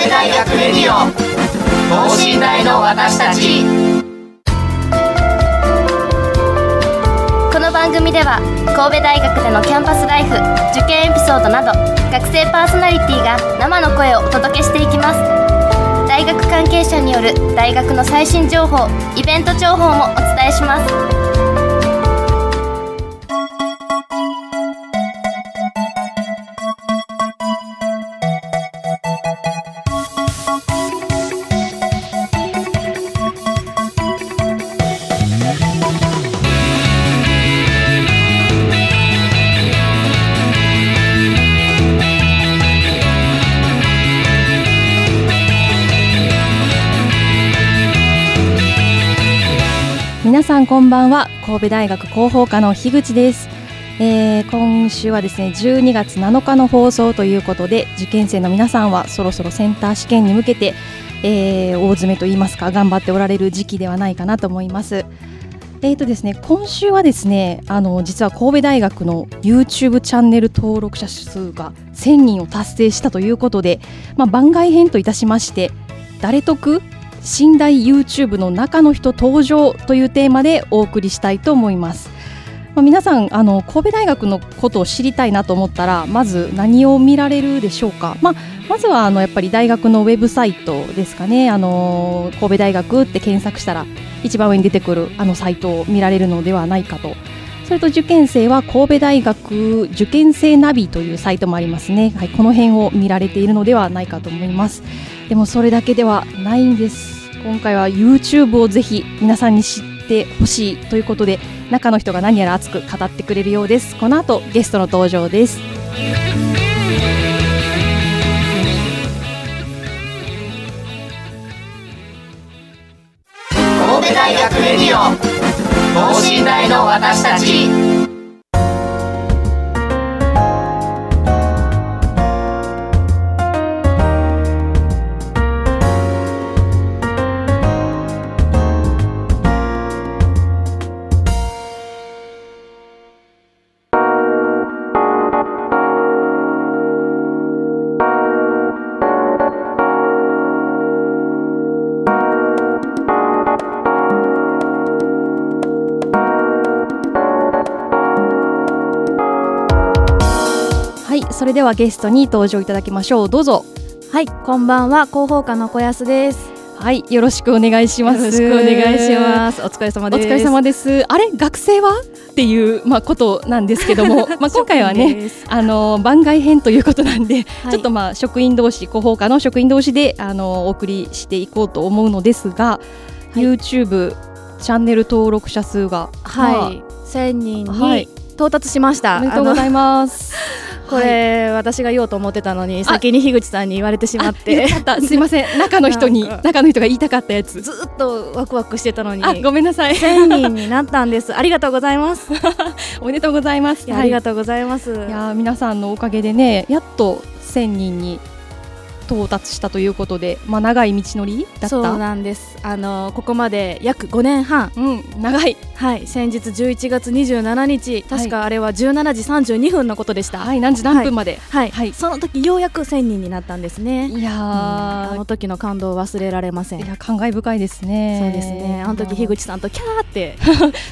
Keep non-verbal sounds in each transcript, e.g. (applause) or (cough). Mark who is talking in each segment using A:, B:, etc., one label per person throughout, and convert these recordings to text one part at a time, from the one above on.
A: ジオ等身大の私たち
B: この番組では神戸大学でのキャンパスライフ受験エピソードなど学生パーソナリティが生の声をお届けしていきます大学関係者による大学の最新情報イベント情報もお伝えします
C: 皆さんこんばんは神戸大学広報課の樋口です、えー今週はですね12月7日の放送ということで受験生の皆さんはそろそろセンター試験に向けて、えー大詰めといいますか頑張っておられる時期ではないかなと思いますえーとですね、今週はですねあの実は神戸大学の YouTube チャンネル登録者数が1000人を達成したということで、まあ、番外編といたしまして「誰得寝台 YouTube の中の人登場というテーマでお送りしたいと思います。まあ、皆さんあの神戸大学のことを知りたいなと思ったらまず何を見られるでしょうか、まあ、まずはあのやっぱり大学のウェブサイトですかね、あの神戸大学って検索したら一番上に出てくるあのサイトを見られるのではないかとそれと受験生は神戸大学受験生ナビというサイトもありますね、はい、この辺を見られているのではないかと思いますでもそれだけではないんです今回は YouTube をぜひ皆さんに知ってほしいということで中の人が何やら熱く語ってくれるようですこの後ゲストの登場です
A: 神戸大学レディオ等身大の私たち
C: はいそれではゲストに登場いただきましょうどうぞ
D: はい、こんばんは、広報課の小安です。
C: はいよろしくお願いし
D: よ
C: ま
D: ろ
C: す
D: しくお願いします。お疲れ様
C: お
D: です。
C: 疲れ様です。あれ学生はっていうまあことなんですけど
D: (laughs)
C: も、まあ今回はね。
D: です。
C: あの番外編ということなんで、
D: はい
C: ちょっとまあ職員同士広報課の職員同士であのお送りしていこうと思うのですが、
D: い
C: YouTube チャンネル登録者数が
D: はい、千人
C: はい
D: に到達しました。
C: おめでとうござ
D: あ
C: います。
D: の (laughs) これ私が言おうと思ってたのに、先に樋口さんに言われてしまっ
C: あ
D: て
C: 言っ、ちゃったすいません中の人に
D: なんか
C: 中の人が言いたかったやつ。
D: (laughs) ずっとワクワクしてたのに、
C: あごめんなさい。
D: 千人になったんです。 (laughs) ありがとうございます。
C: おめでとうございます。
D: いやありがとうございます。
C: いやー皆さんのおかげでねやっと1000人に到達したということで、まあ、長い道のりだった
D: そうなんです。あのここまで約5年半、
C: うん、長い、
D: はい、先日11月27日、確かあれは17時32分のことでした。
C: はい、何時何分まで、
D: はい、
C: はい
D: その時ようやく1000人になったんですね。
C: い、や
D: あ
C: ー
D: の時の感動を忘れられません。
C: い
D: そ
C: や感慨深いですね。
D: うですね。あの時樋
C: 口
D: 口さんとキャーって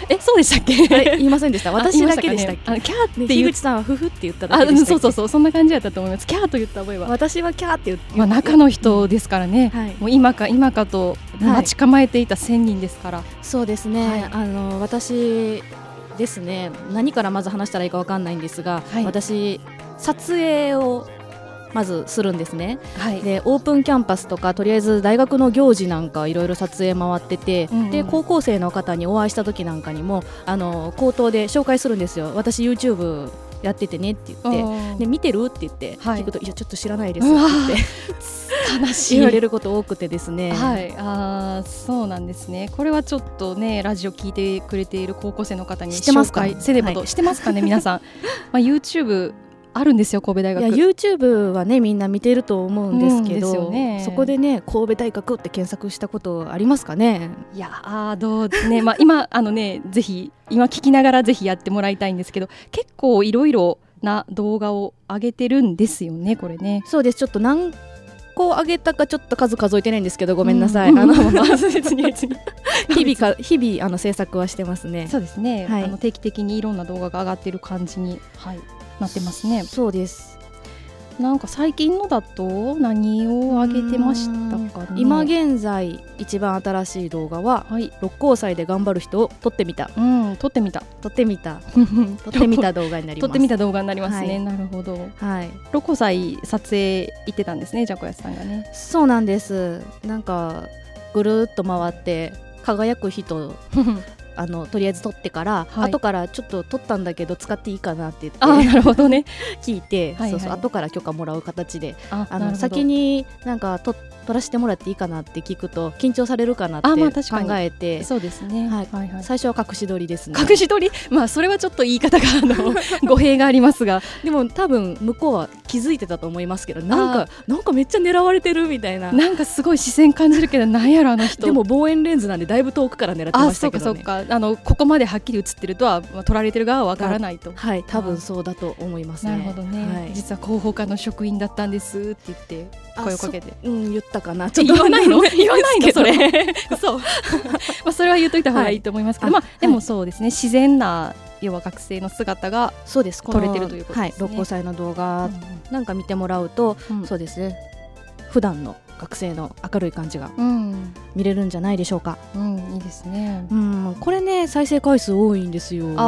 C: えそうでしたっけ？
D: あれ言いませんでした。
C: あ
D: 私だけでした
C: 言
D: っ
C: い
D: け。
C: まねあキャーって
D: ね
C: 言
D: 樋
C: う
D: 口さんはふふって言った
C: (laughs)
D: だ
C: あ
D: け
C: う
D: で
C: ん
D: したっけ。
C: そうそうそうそんな感じだったと思います。キャーと言った覚えは。
D: 私はキャーって言って。
C: まあ中の人ですからね。
D: はい
C: もう今か今かと
D: はい
C: 待ち構えていた1000人ですから。
D: そうですね。
C: はい
D: あの私ですね。何からまず話したらいいかわかんないんですが、
C: はい
D: 私撮影をまずするんですね。
C: はい
D: でオープンキャンパスとかとりあえず大学の行事なんかいろいろ撮影回ってて、
C: うんうん
D: で高校生の方にお会いした時なんかにもあの口頭で紹介するんですよ私 YouTube やっててねって言って。
C: うん
D: で見てるって言って、
C: はい
D: 聞くといやちょっと知らないですっ
C: うわ
D: て言って
C: 悲しい。
D: 言われること多くてですね、
C: はい、あーそうなんですね。これはちょっとね、ラジオ聞いてくれている高校生の方に
D: 知ってます
C: 紹
D: か
C: 介せねばと、
D: はい
C: してますかね、皆 (laughs) さん。まあ YouTube あるんですよ、神戸大
D: いや
C: 学。
D: YouTube はねみんな見てると思うんですけ
C: うんです
D: ど、
C: よね
D: そこでね神戸大学って検索したことありますかね
C: いやーどうね、まあ今あのね、ぜひ今聞きながらぜひやってもらいたいんですけど、結構いろいろな動画を上げてるんですよね、これね。
D: そうですちょっと何個あげたかちょっと数数えてないんですけどごめんなさい、あ
C: (laughs)
D: の
C: 別に別に
D: 日々か日々あの制作はしてますね
C: (laughs) そうですね、
D: はい
C: あの定期的にいろんな動画が上がってる感じに、はい、なってますね
D: そうです
C: なんか最近のだと何を上げてましたかね
D: 今現在一番新しい動画は
C: はい
D: 六甲祭で頑張る人を撮ってみた
C: うん撮ってみた (laughs)
D: 撮ってみた撮
C: 撮
D: ってみた動画になり
C: 撮
D: ます
C: ってみた動画になりますね、
D: はい
C: なるほど
D: はい
C: ロコ祭撮影行ってたんですねじゃこやさんが (laughs) ね
D: そうなんですなんかぐるーっと回って輝く人あのとりあえず撮ってから、
C: はい
D: 後からちょっと撮ったんだけど使っていいかなって
C: あ
D: 言
C: ー
D: って
C: なるほどね
D: 聞いて、
C: は
D: (laughs)
C: いはい
D: そうそう後から許可もらう形で
C: あなる
D: あ
C: ほ
D: の
C: ど
D: 先になんか撮撮らせてもらっていいかなって聞くと緊張されるかなって
C: あまあ確かに
D: 考えて、
C: そうですね
D: はい
C: はいはい
D: 最初は隠し撮りですね
C: 隠し撮り (laughs) まあそれはちょっと言い方があ (laughs) の語弊がありますが
D: でも多分向こうは気づいてたと思いますけどなんかなんかめっちゃ狙われてるみたいな
C: なんかすごい視線感じるけどなんやろあの人
D: (laughs) でも望遠レンズなんでだいぶ遠くから狙って
C: あ
D: まし
C: そ
D: た
C: う
D: け
C: かそ
D: ど
C: う
D: ね
C: かあのここまではっきり映ってるとは、まあ、撮られてる側はわからないと、
D: はい多分そうだと思いますね
C: なるほどね、
D: はい
C: 実は広報課の職員だったんですって言って
D: あ
C: 声をかけて
D: うん言ったかな
C: え言わないの (laughs) 言わないの (laughs) それ
D: そう
C: まあそれは言っといた方がいいと思いますけど、
D: はい
C: まあでもそうですね、自然な要は学生の姿が、
D: そうです
C: 撮れてるということですね
D: はい六甲祭の動画なんか見てもらうと、
C: うん
D: そうですね普段の学生の明るい感じが
C: うん、
D: 見れるんじゃないでしょうか
C: うん、いいですね。
D: うんこれね再生回数多いんですよ割と、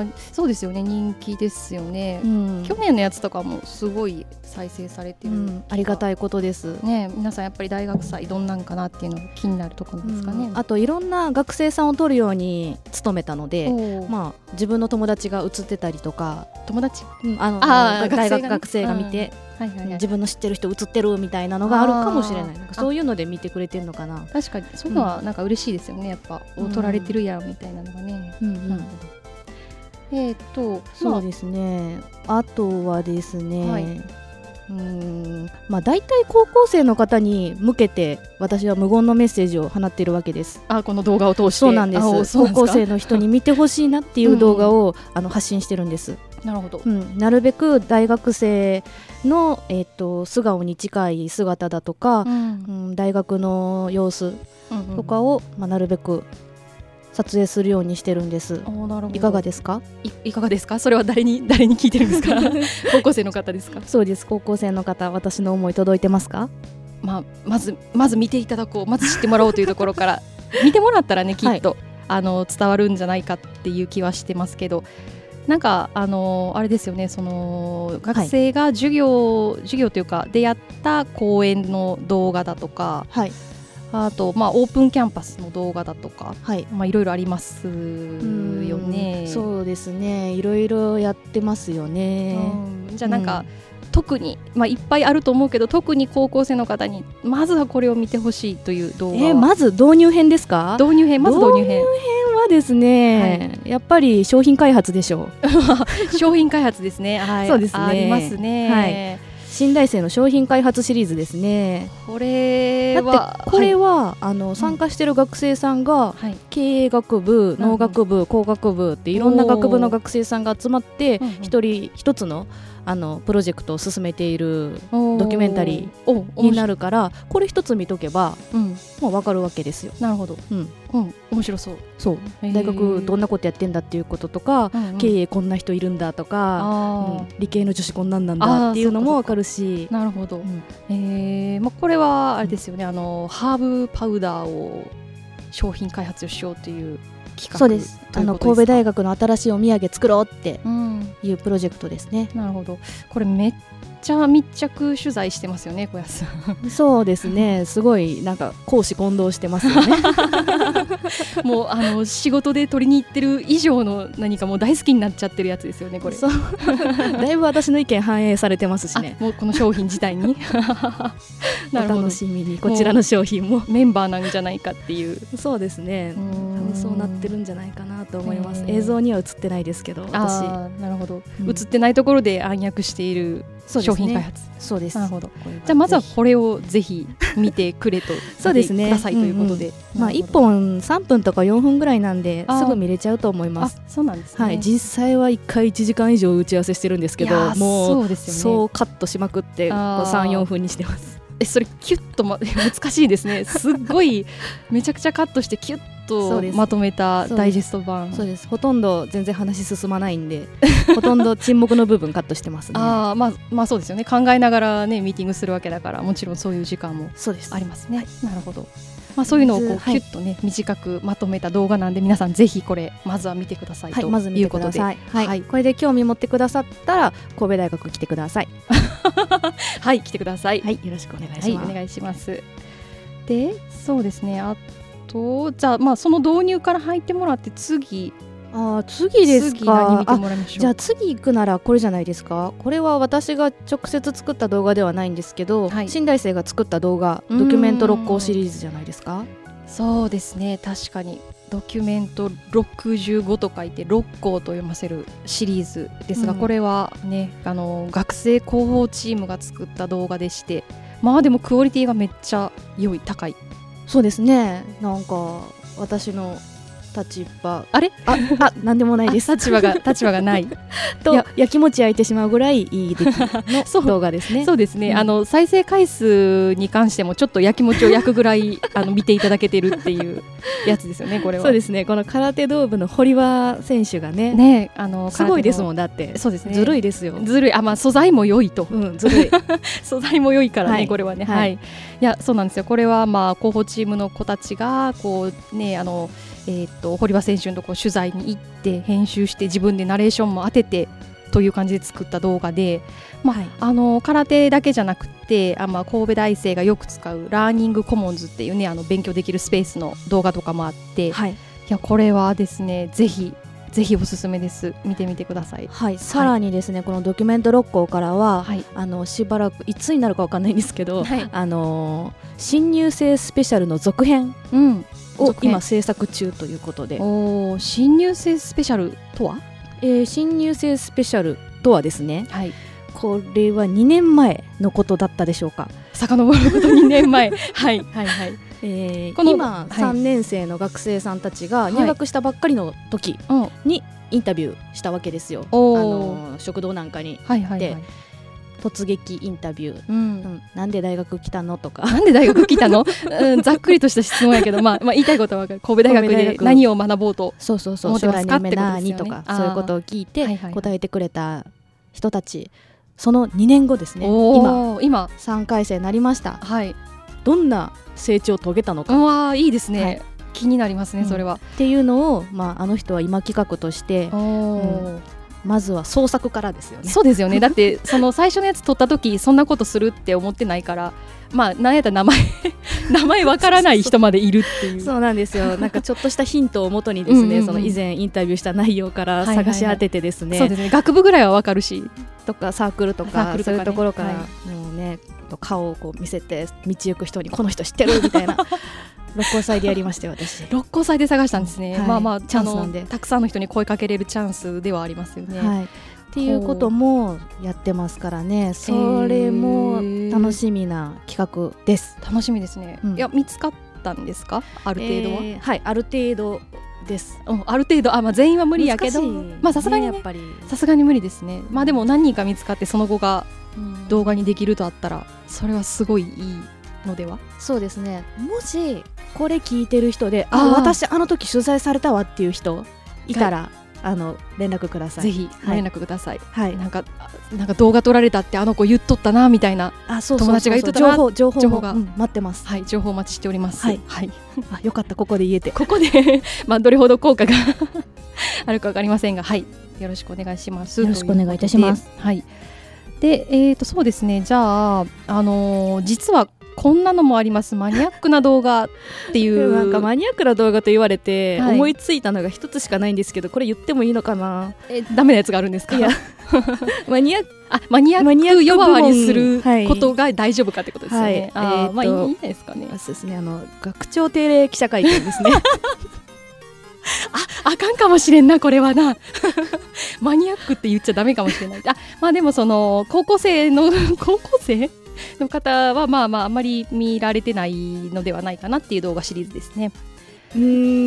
C: あーそうですよね人気ですよね、
D: うん
C: 去年のやつとかもすごい再生されて
D: う
C: る、
D: ん、ありがたいことです
C: ね皆さんやっぱり大学祭どんなんかなっていうのが気になるところなんですかね、
D: あといろんな学生さんを撮るように努めたので、
C: ま
D: まあ、自分の友達が映ってたりとか、
C: あ、友達
D: うんあの
C: あー
D: 大学
C: 学
D: 学
C: 生
D: 生
C: が
D: が
C: ね
D: 見て、
C: はいはいはい
D: 自分の知ってる人映ってるみたいなのがあるかもしれな
C: あ
D: い
C: ー
D: なんかそういうので見てくれてるのかな。
C: 確かにそういうのはなんか嬉しいですよねやっぱ、
D: うん
C: 取られてるやんみたいなのがね、
D: うんう
C: なる
D: ん
C: ほどえっ、と
D: そうですね、あとはですね、
C: はいう
D: ーんまあ、大体高校生の方に向けて私は無言のメッセージを放っているわけです。
C: あこの動画を通して
D: そうなんです
C: あおそう
D: 高
C: なん
D: 校
C: ですか
D: 生の人に見てほしいなっていう動画を、あの発信してるんです。
C: なるほど、
D: うん、なるべく大学生の、えっと素顔に近い姿だとか、うんん大学の様子
C: うん
D: とかを、まあ、なるべく撮影するようにしてるんです
C: あ。なるほど
D: いかがですか
C: いいかがですかそれは誰に誰に聞いてるん
D: (laughs)
C: ですか高校生の方ですか
D: そうです高校生の方私の思い届いてますか
C: まあまずまず見ていただこうまず知ってもらおうというところから (laughs) 見てもらったらねきっと、あの伝わるんじゃないかっていう気はしてますけどなんかあのあれですよねその学生が授業、授業というかでやった講演の動画だとか
D: はい
C: あとまあオープンキャンパスの動画だとか
D: はい
C: まあいろいろありますよね。
D: うんそうですねいろいろやってますよ
C: う
D: ね
C: んじゃあなんか、特に、まあ、いっぱいあると思うけど特に高校生の方にまずはこれを見てほしいという動
D: う
C: 画
D: ん
C: は
D: えーまず導入編ですか導
C: 導入編まず導入編
D: 入編はですね、やっぱり商品開発でしょう
C: 商品開発ですね、はい、
D: そうですね
C: ありますね、
D: 新大生の商品開発シリーズですね。
C: これ
D: だ
C: は
D: ってこれ
C: は
D: は、あの参加してる学生さんが
C: い、はい
D: 経営学部、農学部、工学部っていろんな学部の学生さんが集まって
C: うんうん
D: 一人一つのあのプロジェクトを進めているドキュメンタリ
C: ーお
D: にな
C: る、
D: るからこれ一つ見とけば
C: うん、
D: もうわかるわけですよ。
C: なるほど、
D: うん、
C: うん、面白そう、
D: そう
C: へー
D: 大学どんなことやってんだっていうこととか、
C: うんうん
D: 経営こんな人いるんだとか、
C: あ
D: うん理系の女子こんなんなんだっていうのもわかるし
C: ー、なるほど、
D: うん
C: えーまあ、これはあれですよねあのハーブパウダーを商品開発をしようという企画
D: そうです
C: と
D: あ
C: いう
D: の
C: ことで
D: 神戸
C: す
D: 大学の新しいお土産作ろうって
C: かうん
D: いうプロジェクトですね。
C: なるほどこれめっちゃ密着取材してますよね小安さん
D: そうですね、すごいなんか講師混同してますよ (laughs) ね。
C: もうあの仕事で取りに行ってる以上の何かもう大好きになっちゃってるやつですよねこれ
D: そう (laughs) だいぶ私の意見反映されてますし
C: あ
D: (laughs) ね。
C: もうこの商品自体
D: (laughs)
C: になる
D: お
C: ほど
D: 楽しみにこちらの商品も。
C: メンバーなんじゃないかっていう
D: そうですね。多分そうなってるんじゃないかなと思います
C: う。ん
D: 映像には映ってないですけど、私。
C: あーなるほど、
D: うん
C: 映ってないところで暗躍している
D: そうです
C: 商
D: ね
C: 品開発、
D: そうです。
C: なるほど
D: これ
C: じゃあまずは
D: ぜひ
C: これをぜひ見てくれと
D: (laughs) そうです
C: 見
D: ね
C: てくださいということで、
D: まあ
C: なる
D: 一
C: ほど
D: 本三分とか四分ぐらいなんで
C: あー
D: すぐ見れちゃうと思いま
C: あ
D: す。
C: そうなんですね
D: はい、実際は一回一時間以上打ち合わせしてるんですけ
C: いや
D: ど、
C: ー
D: もう
C: そうですよね
D: そうカットしまくって、こう
C: あー (laughs)
D: 三四分にしてます。
C: えそれキュッと、ま、 (laughs) 難しいですねすっごいめちゃくちゃカットしてキュッ
D: そ
C: と
D: うです
C: まとめた
D: そうです
C: ダイジェスト版
D: そうですほとんど全然話進まない
C: (laughs)
D: んでほとんど沈黙の部分カットしてますね
C: ああまあまあそうですよね考えながらねミーティングするわけだからもちろんそういう時間も
D: そうです
C: ありますね、なるほどまあそういうのをこう、
D: はい
C: キュッとね短くまとめた動画なんで皆さんぜひこれまずは見てください
D: はい、
C: と
D: まず見
C: い
D: て
C: うこ
D: く
C: と
D: だ
C: で、
D: さい。はい、
C: はい
D: これで興味持ってくださったら、神戸大学来てくだ
C: (laughs)
D: さい。
C: はい来てください
D: (laughs) はい、よろしくお願い
C: はい、
D: し
C: お
D: ます。
C: 願いします。で、そうですね。あと、じゃあ、まあ、その導入から入ってもらって、次。
D: ああ、次です
C: 次何見。
D: か
C: て
D: あ、
C: もらいましょう。
D: じゃあ、次行くなら、これじゃないですか。これは私が直接作った動画ではないんですけど、
C: はい
D: 新大生が作った動画。
C: うー
D: ド
C: ん
D: キュメント六甲シリーズじゃないですか。
C: そうですね。確かに。ドキュメント65と書いて六校と読ませるシリーズですが、
D: うん
C: これはねあの学生広報チームが作った動画でしてまあでもクオリティがめっちゃ良い高い
D: そうですね。なんか、私の立場。
C: あれ
D: あ、あ、なんでもない
C: あ
D: (laughs) です。
C: 立場が立場がない
D: と
C: いや、
D: やきもち焼いてしまうぐらい、いい出来
C: そ
D: (laughs) の動画ですね。
C: そうですね、
D: うん
C: あの再生回数に関してもちょっとやきもちを焼くぐら
D: (laughs)
C: いあの見ていただけてるっていうやつですよねこれは
D: そうですね、この空手道部の堀場選手がね、
C: ねあの
D: すごいですも
C: ん
D: ん、だって、
C: そうですね
D: ずるいですよ。
C: ずるいあまあ素材も良いと
D: うん、ずる (laughs) い。
C: 素材も良いからね、
D: はい
C: これはねは、
D: はいい
C: い、やそうなんですよこれはまあ広報チームの子たちがこうねあのえーっと堀場選手のとこ取材に行って編集して自分でナレーションも当ててという感じで作った動画で、まあ
D: はい
C: あの空手だけじゃなくてあ、まあ、神戸大生がよく使うラーニングコモンズっていうねあの勉強できるスペースの動画とかもあって、い、
D: はい、
C: やこれはですねぜひぜひおすすめです見てみてください。
D: はい、さらにですね、このドキュメント六甲からは、
C: はい
D: あのしばらくいつになるかわかんないんですけど、
C: はい
D: (laughs) あのー新入生スペシャルの続編
C: うん、
D: を
C: 続編
D: 今制作中ということで、
C: おー新入生スペシャルとは、
D: えー新入生スペシャルとはですね、
C: はい、
D: これは2年前のことだったでしょうか。
C: 遡ること2年 (laughs) 前はいはいはい、
D: えー
C: このは
D: 今
C: い
D: 3年生の学生さんたちが入学したばっかりの時
C: うん、はい
D: にインタビューしたわけですよ、
C: おー
D: あの食堂なんかに
C: はいはい
D: で突撃インタビュー、
C: うん
D: うんなんで大学来たのとか
C: なんで大学来たの、 (laughs) うん、ざっくりとした質問やけど、まあ、まあ言いたいことは分かる神戸大学
D: 神戸
C: で
D: 大学
C: 何を学ぼうと
D: そうそうそ
C: 思っ
D: う
C: て
D: 将
C: ます
D: 来
C: か
D: の
C: って
D: 夢
C: ことです
D: 何
C: よ
D: と
C: ね
D: かそういうことを聞い
C: はい
D: て
C: はい
D: 答えてくれた人たちその2年後ですね今
C: おー今
D: 3回生になりました
C: はい、
D: どんな成長を遂げたの
C: う
D: か
C: わーいいですね、
D: はい
C: 気になりますね、
D: うん
C: それは。
D: っていうのを、まあ、あの人は今企画として
C: おー
D: まずは創作からですよね。
C: そうですよ (laughs) ねだってその最初のやつ撮った時そんなことするって思ってないからまあなんやったら名 (laughs) 前名前わからない人までいるっていう
D: そうなんです
C: (laughs)
D: よ。なんかちょっとしたヒントをもとにです
C: うんうんう
D: ね、
C: ん
D: その以前インタビューした内容から
C: はいはいは
D: 探
C: い
D: し当ててですね、
C: そうですね学部ぐらいはわかるし
D: とかサークルと
C: サー
D: か
C: クルとか
D: そう
C: ね
D: いうところから、
C: は
D: もうね顔をこう見せて道行く人にこの人知ってる
C: (laughs)
D: みたいな六甲祭でやりましたよ私。
C: 六甲祭で探したんですね、
D: はい
C: まあまあ
D: チャンスなんで
C: あのたくさんの人に声かけれるチャンスではありますよね、
D: はい。っていうこともやってますからね。それも楽しみな企画です。
C: 楽しみですね、
D: うん
C: いや見つかったんですかあ
D: あ
C: る程度は、
D: はいある程度です。
C: うんある程度あ、まあ、全員は無理やけど、
D: 難しい
C: まあさすがに
D: や
C: ね
D: っぱり
C: さすがに無理ですねまあでも何人か見つかってその後が
D: うん
C: 動画にできるとあったらそれはすごいいいのでは
D: そうですねもしこれ聞いてる人で
C: あ
D: あ
C: ー
D: 私あの時取材されたわっていう人いたらあの連絡ください
C: ぜひご
D: はい
C: 連絡ください、
D: はい
C: なんかあなんか動画撮られたってあの子言っとったなみたいな、
D: あそう
C: 友達が言っとったな
D: 情報情報も
C: 情報が
D: うん待ってます
C: はい、情報お待ちしております、
D: はい
C: はい、
D: あよかったここで言えて
C: ここで (laughs) まあどれほど効果が (laughs) あるかわかりませんが、はい、よろしくお願いします。
D: よろしくお願いいたします
C: ということで。はい。で、えっ、とそうですね。じゃああのー実はこんなのもあります。マニアックな動画っていう。
D: (laughs) なんかマニアックな動画と言われて、
C: はい
D: 思いついたのが一つしかないんですけどこれ言ってもいいのかな
C: えダメなやつがあるんですか。
D: いやマニアック
C: あ (laughs) マニアック呼ばわりする
D: マニアック部門
C: ことが大丈夫かってことですよね。
D: は
C: あー
D: いえーと
C: まあいいいいんじゃないですかね。
D: そうですねあの学長定例記者会見ですね
C: あかんかもしれんなこれはな (laughs) マニアックって言っちゃダメかもしれないあまあでもその高校生の (laughs) 高校生の方はまあまああんまり見られてないのではないかなっていう動画シリーズですね、
D: (laughs) うー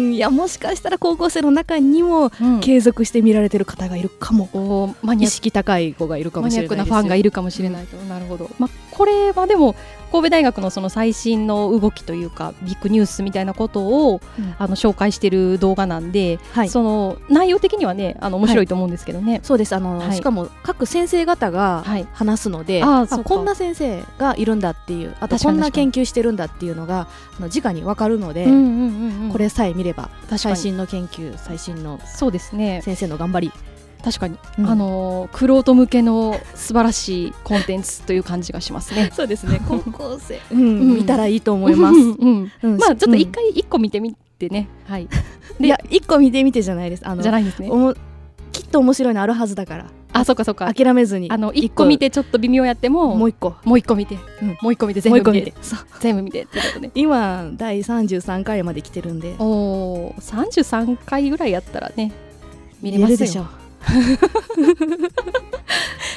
D: んいやもしかしたら高校生の中にも
C: け
D: 継続して見られてる方がいるかも
C: おマニア
D: 意
C: ック
D: 識高い子がいるか
C: マ
D: もし
C: ニア
D: れ
C: ッ
D: な
C: ク
D: い
C: なファンがいるかもしれないと、なるほど、まあ、これはでも神戸大学のその最新の動きというかビッグニュースみたいなことを、
D: うん
C: あの紹介してる動画なんで、
D: はい
C: その内容的にはねあの面白いと思うんですけどね。
D: そうですあの、
C: はい
D: しかも各先生方が
C: はい
D: 話すので、
C: あー
D: あ
C: そうか
D: こんな先生がいるんだっていうあと
C: 確か
D: こ
C: に
D: んな研究してるんだっていうのがあの直に分かるので、
C: うんうんうんうん
D: これさえ見れば
C: 確かに
D: 最新の研究最新の
C: そうですね
D: 先生の頑張り、
C: 確かに、
D: うん
C: あのクロート向けの素晴らしいコンテンツという感じがします
D: (laughs)。
C: ね
D: そうですね高校生、うん
C: うん
D: 見たらいいと思います、
C: うんうん
D: うん
C: まあちょっと一、
D: うん
C: 回一個見てみてね、はい、
D: いや一個見てみてじゃないですあの
C: じゃないんですね。
D: おもきっと面白いのあるはずだから
C: あそうかそうか。
D: 諦めずに
C: あの一個見てちょっと微妙やっても
D: もう一個
C: もう一個見て、
D: うん
C: もう一個見て全
D: もう一
C: 部
D: 個
C: 見
D: 見
C: て
D: てそう
C: 全部見てっていうことね。
D: 今第33回まで来てるんで
C: おお、三十三回ぐらいやったらね、見れますよ。
D: るでし (laughs) ょう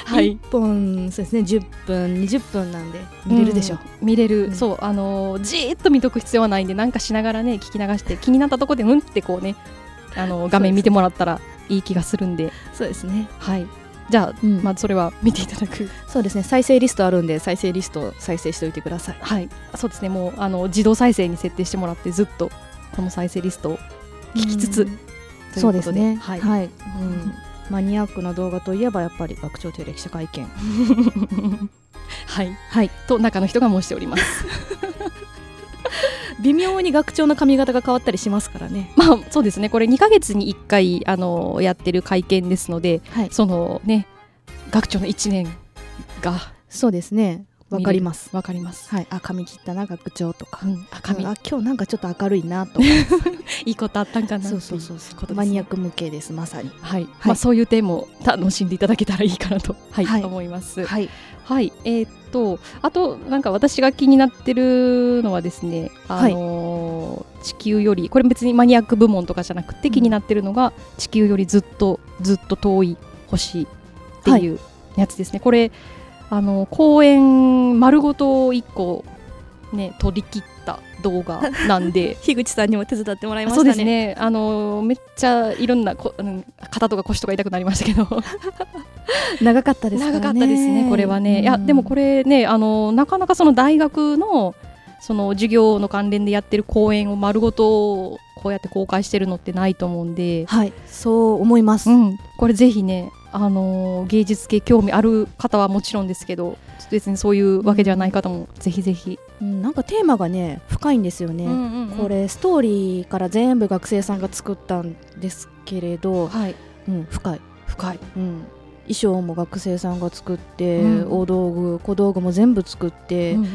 C: はい。
D: 1本そうですね10分20分なんで見れるでしょう、
C: うん。見れる、
D: うん
C: そうあのーじーっと見とく必要はないんで、なんかしながらね聞き流して気になったとこでうんってこうね、あのー画面見てもらったらいい気がするんで、
D: そうですね
C: はい。じゃあ、
D: うん
C: まあそれは見ていただく。
D: そうですね再生リストあるんで再生リストを再生しておいてください
C: はい。そうですね。もうあの自動再生に設定してもらってずっとこの再生リストを聞きつつ、
D: うん
C: ということで
D: そうですね
C: はい。
D: うん、マニアックな動画といえばやっぱり学長という歴史会見
C: はい。
D: はい
C: (laughs) と中の人が申しております。 (laughs)
D: 微妙に学長の髪型が変わったりしますからね
C: まあそうですね。これ2ヶ月に1回あのーやってる会見ですので。
D: はい
C: そのね学長の1年が
D: そうですねわかります
C: わかります。
D: はいあ髪切ったな学長とか、
C: うん、あ髪
D: あ今日なんかちょっと明るいな (laughs) とか
C: いいことあったんかなっていうことですね、
D: マニアック向けですまさに
C: はい、まあそういう点も楽しんでいただけたらいいかなと、はい、
D: はい
C: 思います。はい、
D: はい
C: えーっとあとなんか私が気になってるのはですね、あ
D: はい
C: のー地球よりこれ別にマニアック部門とかじゃなくて
D: うん
C: 気になってるのが、地球よりずっとずっと遠い星っていうやつですね。これあの公園丸ごと一個ね取り切った動画なんで。
D: 樋口さんにも手伝ってもらいま
C: (laughs) あ
D: し
C: そ
D: た
C: う
D: ね
C: ですね。あのめっちゃいろんなこ、うん、肩とか腰とか痛くなりましたけど、
D: 長かったですからね
C: 長かったですね。これはね、いやでもこれ
D: れ
C: ね、あのなかなかその大学のその授業の関連でやってる講演を丸ごとこうやって公開してるのってないと思うんで、
D: はいそう思います、
C: うん、これぜひね、あの芸術系興味ある方はもちろんですけど、ちょっと別にそういうわけではない方もぜひぜひ、
D: うんなんかテーマがね深いんですよね、これストーリーから全部学生さんが作ったんですけれど、
C: はい
D: うん、深い、
C: 深い。
D: うん、衣装も学生さんが作って、
C: うん
D: 大道具小道具も全部作って、うん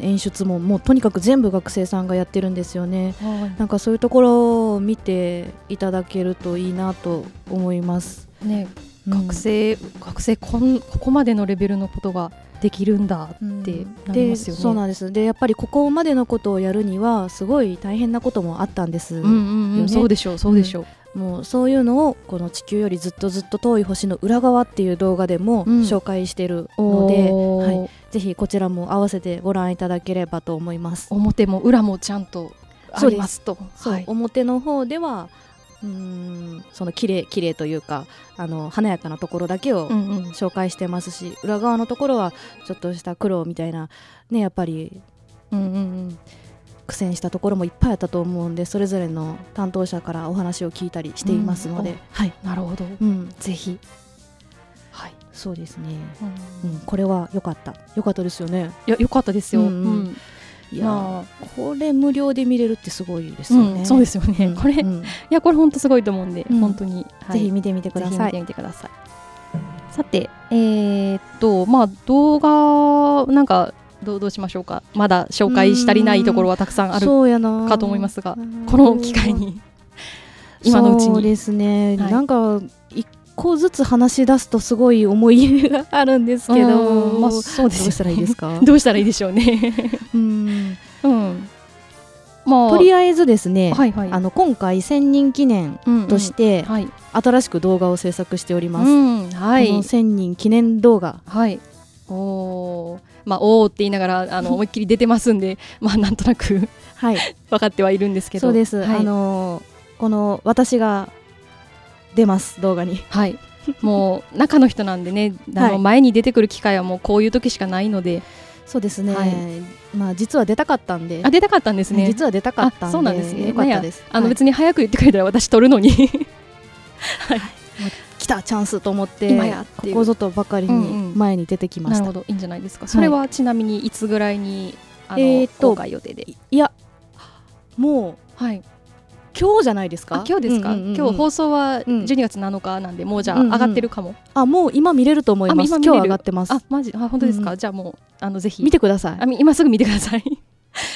D: 演出ももうとにかく全部学生さんがやってるんですよね
C: はい
D: なんかそういうところを見ていただけるといいなと思います、
C: ね
D: うん
C: 学生、学生こんここまでのレベルのことができるんだってなり
D: で
C: ますよね。
D: そうなんですでやっぱりここまでのことをやるにはすごい大変なこともあったんです、
C: うんうんうん
D: よね
C: そうでしょうそうでしょう。
D: もうそういうのをこの地球よりずっとずっと遠い星の裏側っていう動画でも
C: うん
D: 紹介してるので、
C: おー
D: はいぜひこちらも合わせてご覧いただければと思います。
C: 表も裏もちゃんとありますと。
D: そう
C: はい
D: 表の方ではうーんその綺麗綺麗というかあの華やかなところだけを
C: うんうん
D: 紹介してますし、裏側のところはちょっとした苦労みたいなねやっぱり
C: うんうんうん
D: 苦戦したところもいっぱいあったと思うんでそれぞれの担当者からお話を聞いたりしていますので、
C: うん
D: はい、
C: なるほど。
D: うん、
C: ぜひ。
D: はい、そうですね。
C: う
D: うん
C: い
D: ん、これは良かった。良かったですよね。
C: や良かったですよ。
D: うんうん
C: うん
D: い
C: ま
D: これ無料で見れるってすごいです
C: あ
D: よね。
C: うんそうですよね。
D: ん
C: これい (laughs)
D: うん
C: やこれ本当すごいと思うんで
D: うん
C: 本当にはい
D: ぜひ見てみてくださ
C: ぜひ見て
D: い。
C: みてください。さて、えーっと、まあ、動画、なんかどう、どうしましょうか。まだ紹介し足りないところはたくさんある
D: そうやな
C: かと思いますが
D: うん
C: この機会に、 (laughs) 今のうち
D: そう
C: に。
D: ですね。
C: はい
D: なんか一個ずつ話し出すとすごい思い入れがあるんですけど、
C: うんまあ、 (laughs) そうです。
D: どうしたらいいですか
C: どうしたらいいでしょうね。
D: うん、
C: うん。 (laughs) まあ、
D: とりあえずですね。
C: はいはい。
D: あの今回千人記念
C: うんうん
D: として
C: はい。
D: 新しく動画を制作しており
C: う
D: ます。
C: ん、は
D: この
C: い。
D: 千人記念動画。
C: はい。おーまあ、おーって言いながら、
D: (laughs)
C: あの、思いっきり出てますんで、まあ、なんとなく (laughs)
D: はい。
C: 分かってはいるんですけど。
D: そうです、
C: はい
D: あのーこの私が出ます動画に
C: はい、もう中の人なんでね、あ
D: は
C: の
D: い
C: 前に出てくる機会はもうこういう時しかないので、
D: そうですね、
C: はい
D: まあ実は出たかったんで
C: あ出たかったんですね。
D: 実は出たかったんで
C: あそうなんですね。
D: よかったです
C: なんやあの
D: はい
C: 別に早く言ってくれたら私取るのに。
D: 来たチャンスと思って
C: 今やっていう
D: ここぞとばかり
C: うんう
D: に
C: ん
D: 前に出て (laughs) きました、
C: なるほどいいんじゃないですか。それはちなみにいつぐらいにあの、
D: えーと
C: 公開予定で。
D: いやもう
C: はい。
D: 今日じゃないですか
C: あ今日ですか。
D: うんうんうんうん
C: 今日放送は
D: うん
C: 12月7日なんで、もうじゃあ
D: うんうん
C: 上がってるかも。
D: あもう今見れると思います
C: あ今
D: 今
C: 見れる
D: 日上がってます
C: あマジあ本当ですか。
D: うんう
C: じゃあもうあのぜひ
D: 見てください
C: あみ今すぐ見てください。 (laughs)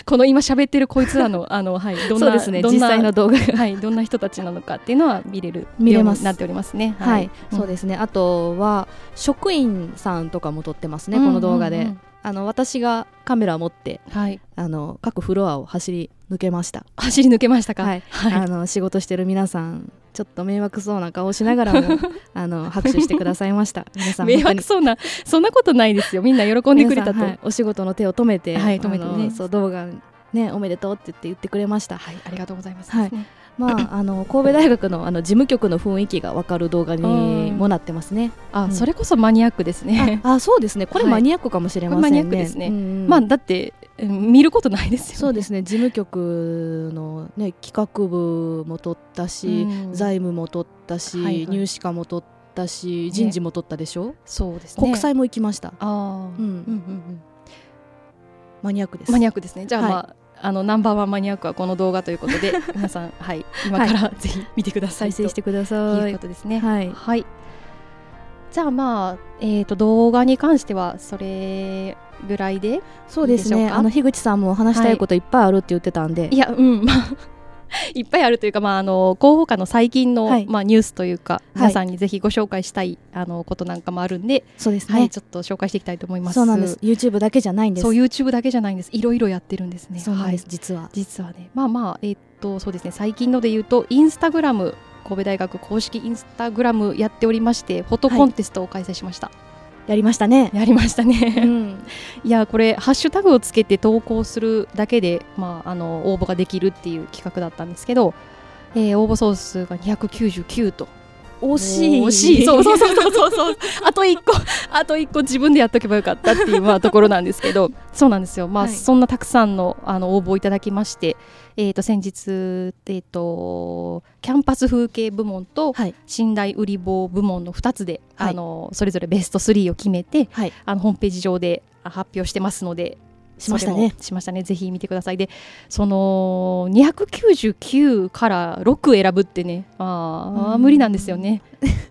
C: この今喋ってるこいつらのあのはいどんな
D: そうですね
C: どん
D: 実
C: な
D: 際の動画
C: (laughs)
D: が
C: はいどんな人たちなのかっていうのは見れる
D: 見れま
C: よう
D: す
C: になっておりますね。
D: (laughs) はい、そう
C: で
D: ですねあとは職員さんとかも撮ってますね、この動画で、あの私がカメラを持って
C: はい
D: あの各フロアを走り抜けました、
C: 走り抜けましたか。
D: はい
C: はい
D: あの仕事してる皆さんちょっと迷惑そうな顔をしながら
C: (laughs)
D: もあの拍手してくださいました皆さん
C: 迷
D: 本当
C: 惑
D: に
C: そうなそんなことないですよみんな喜んでくれたと、
D: 皆さんはいお仕事の手を止めて、
C: はい止めてね
D: あのそう動画ねおめでとうって言って言ってくれました、はい、
C: ありがとうございます、
D: はいまああの神戸大学のあの事務局の雰囲気がわかる動画にもなってますね
C: あ、
D: うん
C: それこそマニアックですね
D: あそうですねこれ
C: はい
D: マニアックかもしれません
C: こ
D: ね、
C: れマニアックですね
D: うんうん
C: (laughs) まあだってうん見ることないですよ、ね、
D: そうですすね事務局の、ね、企画部も取ったし、
C: うん
D: 財務も取ったし、
C: はいはい
D: 入試課も取ったし人事も取ったでしょ、
C: そうですね
D: 国際も行きました、
C: ああ、
D: うん
C: うんうん
D: マニアックで
C: うん
D: す
C: マニ
D: アッ
C: アックですねじゃあ、
D: はい
C: まああのナンバーワンマニアックはこの動画ということで皆さんはい今から、 (laughs) ぜひ見てくだ
D: ク
C: さい
D: 再生してくだ
C: と
D: さ
C: いう
D: い
C: ことですね
D: はい
C: はい。じゃあまあ、えー、と動画に関してはそれぐらいで
D: そうですね
C: いいでしょうか
D: あの樋口さんも話したいこといっぱいあるって言ってたんで、
C: いやうんまあ (laughs) いっぱいあるというか、まあ、あの広報課の最近の、
D: はい
C: まあ、ニュースというか、
D: い
C: 皆さんにぜひご紹介したいあのことなんかもあるんで、
D: そうです
C: は
D: ね、
C: いちょっと紹介していきたいと思います。
D: そうなんです YouTube だけじゃないんです
C: そう YouTube だけじゃないんですいろいろやってるんですね。
D: そうなんです、
C: はい、
D: 実は
C: 実はねまあまあ、えーっとそうですね最近ので言うとインスタグラム神戸大学公式インスタグラムやっておりましてフォトコンテストを開催しました、
D: やりましたね、
C: やりましたね、
D: うん、
C: いやこれハッシュタグをつけて投稿するだけで、まあ、あの応募ができるっていう企画だったんですけど、えー応募総数が299と
D: 惜しい
C: 惜しいそうそうそうそうそうそうあと一個あと一個自分でやっとけばよかったっていう、まあ、ところなんですけどそうなんですよ、まあ
D: はい
C: そんなたくさんのあの応募をいただきまして、えー、と先日、えー、とキャンパス風景部門と
D: はい
C: 信頼売り棒部門の2つで、
D: はい
C: あのそれぞれベスト3を決めて
D: はい
C: あのホームページ上であ発表してますので。
D: しましたね
C: それをしましたね。ぜひ見てください。で、その299から6選ぶってね、ああ、
D: うん
C: 無理なんですよ
D: (laughs)
C: ね。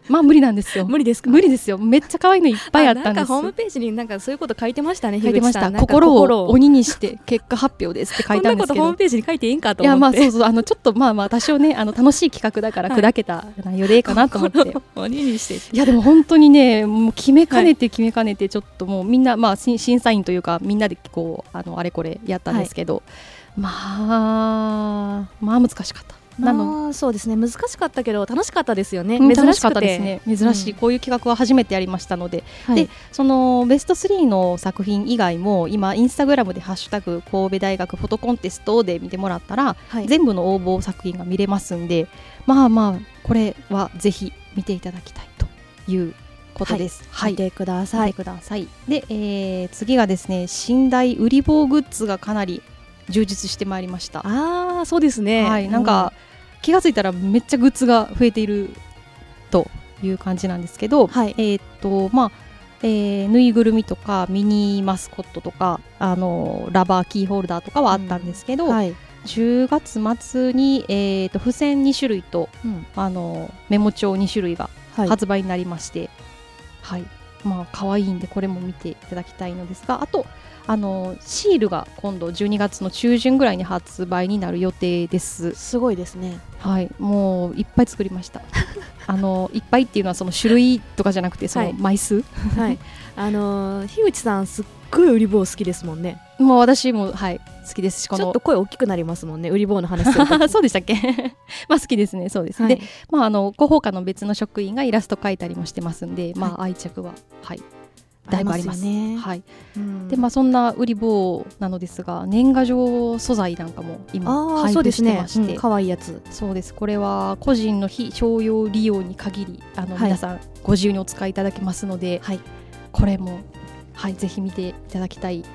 C: まあ無理なんですよ。
D: 無理ですか
C: 無理ですよ。めっちゃ可愛いのいっぱいあったんで
D: なんか
C: す。
D: ホームページになんかそういうこと書いてましたね
C: 書いてまし
D: 樋口さ
C: た。
D: んなんか
C: 心
D: 心
C: を
D: を
C: 鬼にして結果発表ですって書いたんで
D: こんなこ
C: す
D: と
C: け
D: ホー
C: ど
D: ム。ページに書いていいんかと
C: いや
D: 思
C: ま
D: っ
C: あ
D: て
C: そうそうあのちょっとまあまあ多少ねあの楽しい企画だから
D: はい
C: 砕けた内容でいいかなと思
D: (laughs)
C: って、
D: 心を鬼にして
C: いやでも本当にね、もう決めかねて決めかねて、ちょっともうみんな、まあ、し審査員というか、みんなでこうあのあれこれやったんですけど、まあ、まあ難しかった。なの
D: まあそうですね難しかったけど楽しかったですよね
C: うん
D: 珍しくて
C: 楽しかったですね、珍しい、
D: うん
C: こういう企画は初めてやりましたので、
D: はい
C: でそのベスト3の作品以外も、今、インスタグラムで「ハッシュタグ神戸大学フォトコンテスト」で見てもらったら、
D: はい
C: 全部の応募作品が見れますんで、まあまあ、これはぜひ見ていただきたいということです。はい
D: 見てくだ
C: 見
D: さ
C: て
D: い
C: ください。で、えー次がですね、寝台売り棒グッズがかなり充実してまいりました。
D: ああそうですね
C: はい、なんか、気がついたらめっちゃグッズが増えているという感じなんですけど、
D: はい
C: えーっとまあ。えーぬいぐるみとかミニマスコットとかあのラバーキーホルダーとかはあったんですけど、
D: はい
C: 10月末に、えーっと付箋2種類と
D: うん
C: あのメモ帳2種類が
D: はい
C: 発売になりまして、はい、まあ可愛いんでこれも見ていただきたいのですが、あとあのシールが今度12月の中旬ぐらいに発売になる予定です。
D: すごいですね
C: はい、もういっぱい作りま
D: (laughs)
C: した。あのいっぱいっていうのはその種類とかじゃなくてそ
D: は
C: の
D: い
C: 枚数。
D: はいあのー樋口さんすっごい売り棒好きですもんね
C: もう私もはい好きですし、こ
D: ちょっ
C: の
D: と声大きくなりますもんね売り棒の話すると
C: そうでしたっけ？まあ好きですね。 (laughs) そうです、
D: は
C: ね
D: い
C: で、まああの広報課の別の職員がイラスト描いたりもしてますんで、まあ愛着ははいだいぶあります。
D: ありますよね
C: はい。
D: うん
C: でまあ、そんな売り棒なのですが年賀状素材なんかも今
D: ああ
C: 配
D: そう
C: 布
D: で
C: し
D: す
C: て
D: ね
C: ましてそう
D: う
C: で
D: ん
C: す,、
D: 可愛いやつ
C: これは個人の非商用利用に限りあの、
D: はい
C: 皆さんご自由にお使いいただけますので、
D: はい
C: これも、はい、ぜひ見ていただきたい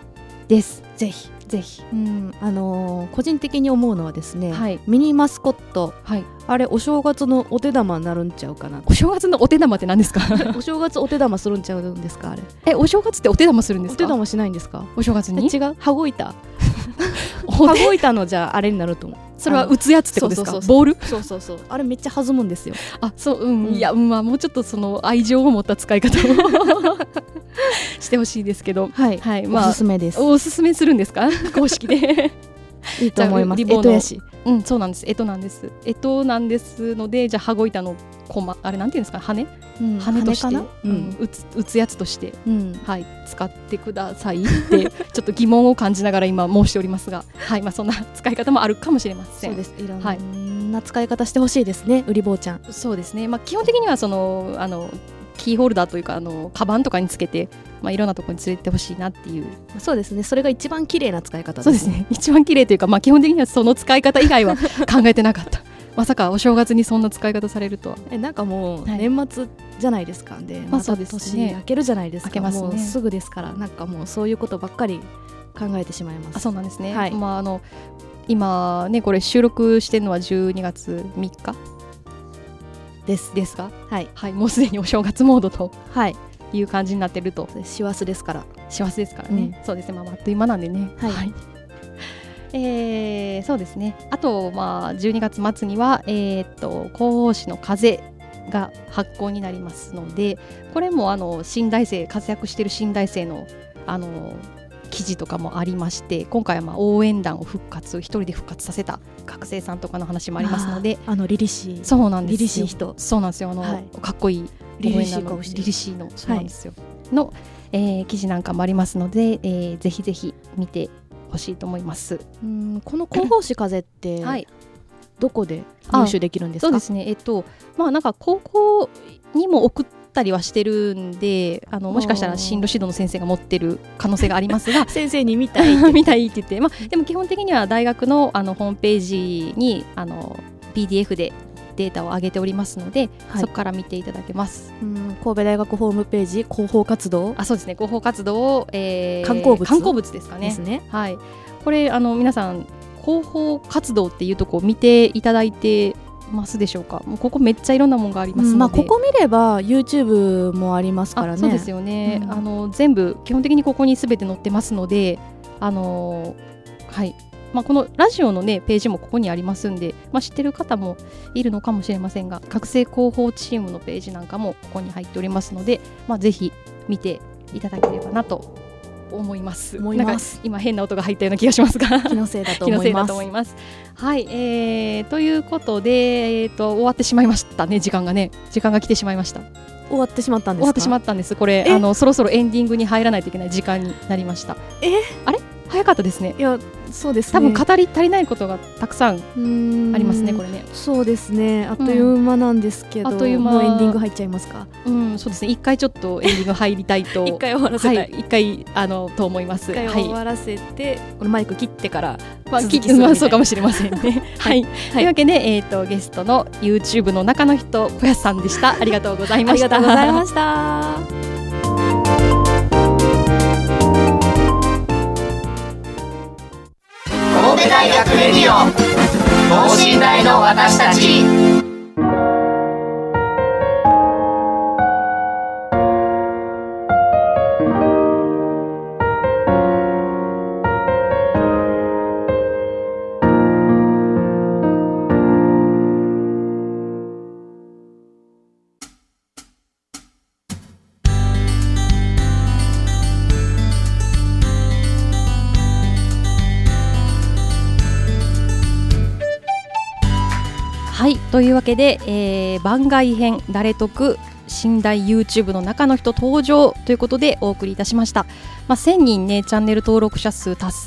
C: です。
D: ぜひ
C: ぜひ。
D: うんあのー個人的に思うのはですね、
C: はい
D: ミニマスコット
C: はい。
D: あれお正月のお手玉になるんちゃうかな (laughs)
C: お正月のお手玉って何ですか？
D: お正月お手玉するんちゃうんですかあれ
C: え、お正月ってお手玉するんで
D: お
C: すか？
D: 手。玉しないんですか
C: お正月
D: え
C: に？
D: 違う羽子板
C: お
D: 羽
C: 手
D: 子板のじゃああれになると思う
C: それは打つやつってことです
D: そう
C: か
D: そう？そう
C: ボール？
D: そうそうそうあれめっちゃ弾むんですよ
C: あ、そう、うん、
D: うん
C: いや、うん、まあ、もうちょっとその愛情を持った使い方 (laughs) をしてほしいですけど。
D: はい
C: はい、
D: お
C: まあ
D: す、すめです
C: おすすめするんですか？公式で。
D: いいと思います
C: じゃあリボンの
D: えっとやし
C: (laughs) うん、そうなんです。えとなんです。えとなんですので、じゃあ羽子板のコマ、あれなんていうんですか、羽、
D: うん
C: 羽として、
D: 羽かな
C: う
D: うんん、
C: 打つ打つやつとして、
D: うん
C: はい、使ってくださいって、ちょっと疑問を感じながら今申しておりますが、はい、まあそんな使い方もあるかもしれませ
D: そ
C: ん。
D: うですいろ
C: は
D: んな使い方してほしいですねうり坊ちゃん
C: す。そうですね。まあ基本的にはそのあのキーホルダーというかあのカバンとかにつけて、まあいろんなところに連れてってほしいなっていう。
D: そうですねそれが一番綺麗な使い方
C: そうですね。 (laughs) 一番綺麗というか、まあ基本的にはその使い方以外は (laughs) 考えてなかった。まさかお正月にそんな使い方されるとは。
D: えなんかもう
C: はい
D: 年末じゃないですかで、
C: あ
D: ま
C: そ
D: た
C: うです
D: 年
C: ね
D: 明けるじゃないですか
C: 明けますね
D: もうすぐですからなんかもうそういうことばっかり考えてしまいます
C: あそうなんですね、
D: はい
C: まあ、あの今ねこれ収録してるのは12月3日
D: です
C: ですが、
D: はい
C: はい、もうすでにお正月モードと
D: はい
C: いう感じになってると
D: 師走ですから
C: 幸せですからね、そうですね、まあ、あっという (laughs) 間なんでね。
D: はい
C: えーそうですねあと、まあ、12月末には、えーっと広報誌の風が発行になりますのでこれもあの新大生活躍している新大生のあの記事とかもありまして今回はまあ応援団を復活一人で復活させた学生さんとかの話もありますので
D: あーあの凛々しい
C: そうなんですよ
D: 凛々しい人
C: そうなんですよあの、
D: はい
C: かっこいい
D: 凛々しい
C: 応援団の
D: 顔してる
C: 凛々しいのそうなんですよ、の、えー記事なんかもありますので、えーぜひぜひ見てほしいと思います。
D: うんこの広報誌風って
C: はい、
D: どこで入手できるんですか。
C: そうですね。えっとまあなんか高校にも送ったりはしてるんで、あのもしかしたら進路指導の先生が持ってる可能性がありますが (laughs)
D: 先生 (laughs) に見たい
C: 見たいって言って、まあ、でも基本的には大学のあのホームページにあの PDF でデータを上げておりますので、
D: はい
C: そこから見ていただけます。
D: うん神戸大学ホームページ広報活動
C: あそうですね広報活動を、えー
D: 観光物
C: 観光物ですかね
D: ですね
C: はいこれあの皆さん広報活動っていうとこ見ていただいてますでしょうかもうここめっちゃいろんなものがありますので、
D: うんまあここ見れば YouTube もありますから
C: あ
D: ね
C: そうですよね、
D: うん
C: あの全部基本的にここにすべて載ってますのであのーはいまあ、このラジオの、ね、ページもここにありますんで、まあ、知ってる方もいるのかもしれませんが学生広報チームのページなんかもここに入っておりますので、まあ、ぜひ見ていただければなと思います。
D: 思います
C: なんか今変な音が入ったような気がします
D: (laughs)
C: が
D: 気のせいだと
C: 気の
D: 思
C: せ
D: い
C: いだ
D: ます
C: と思います。はい、えー、ということで、えー、と終わってしまいましたね時間がね時間が来てしまいました。
D: 終わってしまったんですか
C: 終わってしまったんです。これ
D: え
C: あのそろそろエンディングに入らないといけない時間になりました。
D: え
C: あれ早かったですね。
D: いやそうですね
C: 多分語り足りないことがたくさん
D: うーん
C: ありますねこれね。
D: そうですねあっという間なんですけど、
C: うんあっという間
D: もうエンディング入っちゃいますか
C: うんそうですね一回ちょっとエンディング入りたいと
D: (laughs) 一回終わらせ
C: は
D: たい、
C: い一回あのと思います。
D: 一
C: は
D: 回
C: い
D: 終わらせて、このマイク切って
C: (laughs)
D: から
C: まあ、
D: 続き
C: き
D: するみたい
C: まあそうかもしれま
D: (laughs)
C: せんね。はい、というわけで、えっ、とゲストの YouTube の中の人小安さんでした。ありがとうござい
D: あ
C: ま
D: り
C: し
D: が
C: た。
D: とうございました。
A: 神戸大学レディオ等身大の私たち
C: はいというわけで、えー番外編「誰得」寝台 YouTube の中の人登場ということでお送りいたしました、まあ、1000人ねチャンネル登録者数達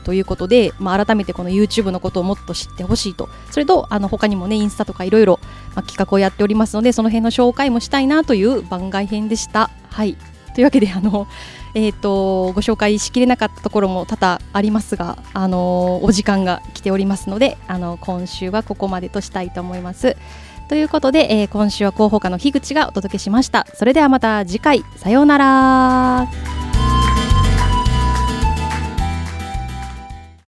C: 成ということで、まあ、改めてこの YouTube のことをもっと知ってほしいとそれとあの他にもねインスタとかいろいろまあ企画をやっておりますのでその辺の紹介もしたいなという番外編でしたはいというわけであのえー、とご紹介しきれなかったところも多々ありますが、あのお時間が来ておりますので、あの今週はここまでとしたいと思います。ということで、えー今週は広報課の樋口がお届けしました。それではまた次回さようなら。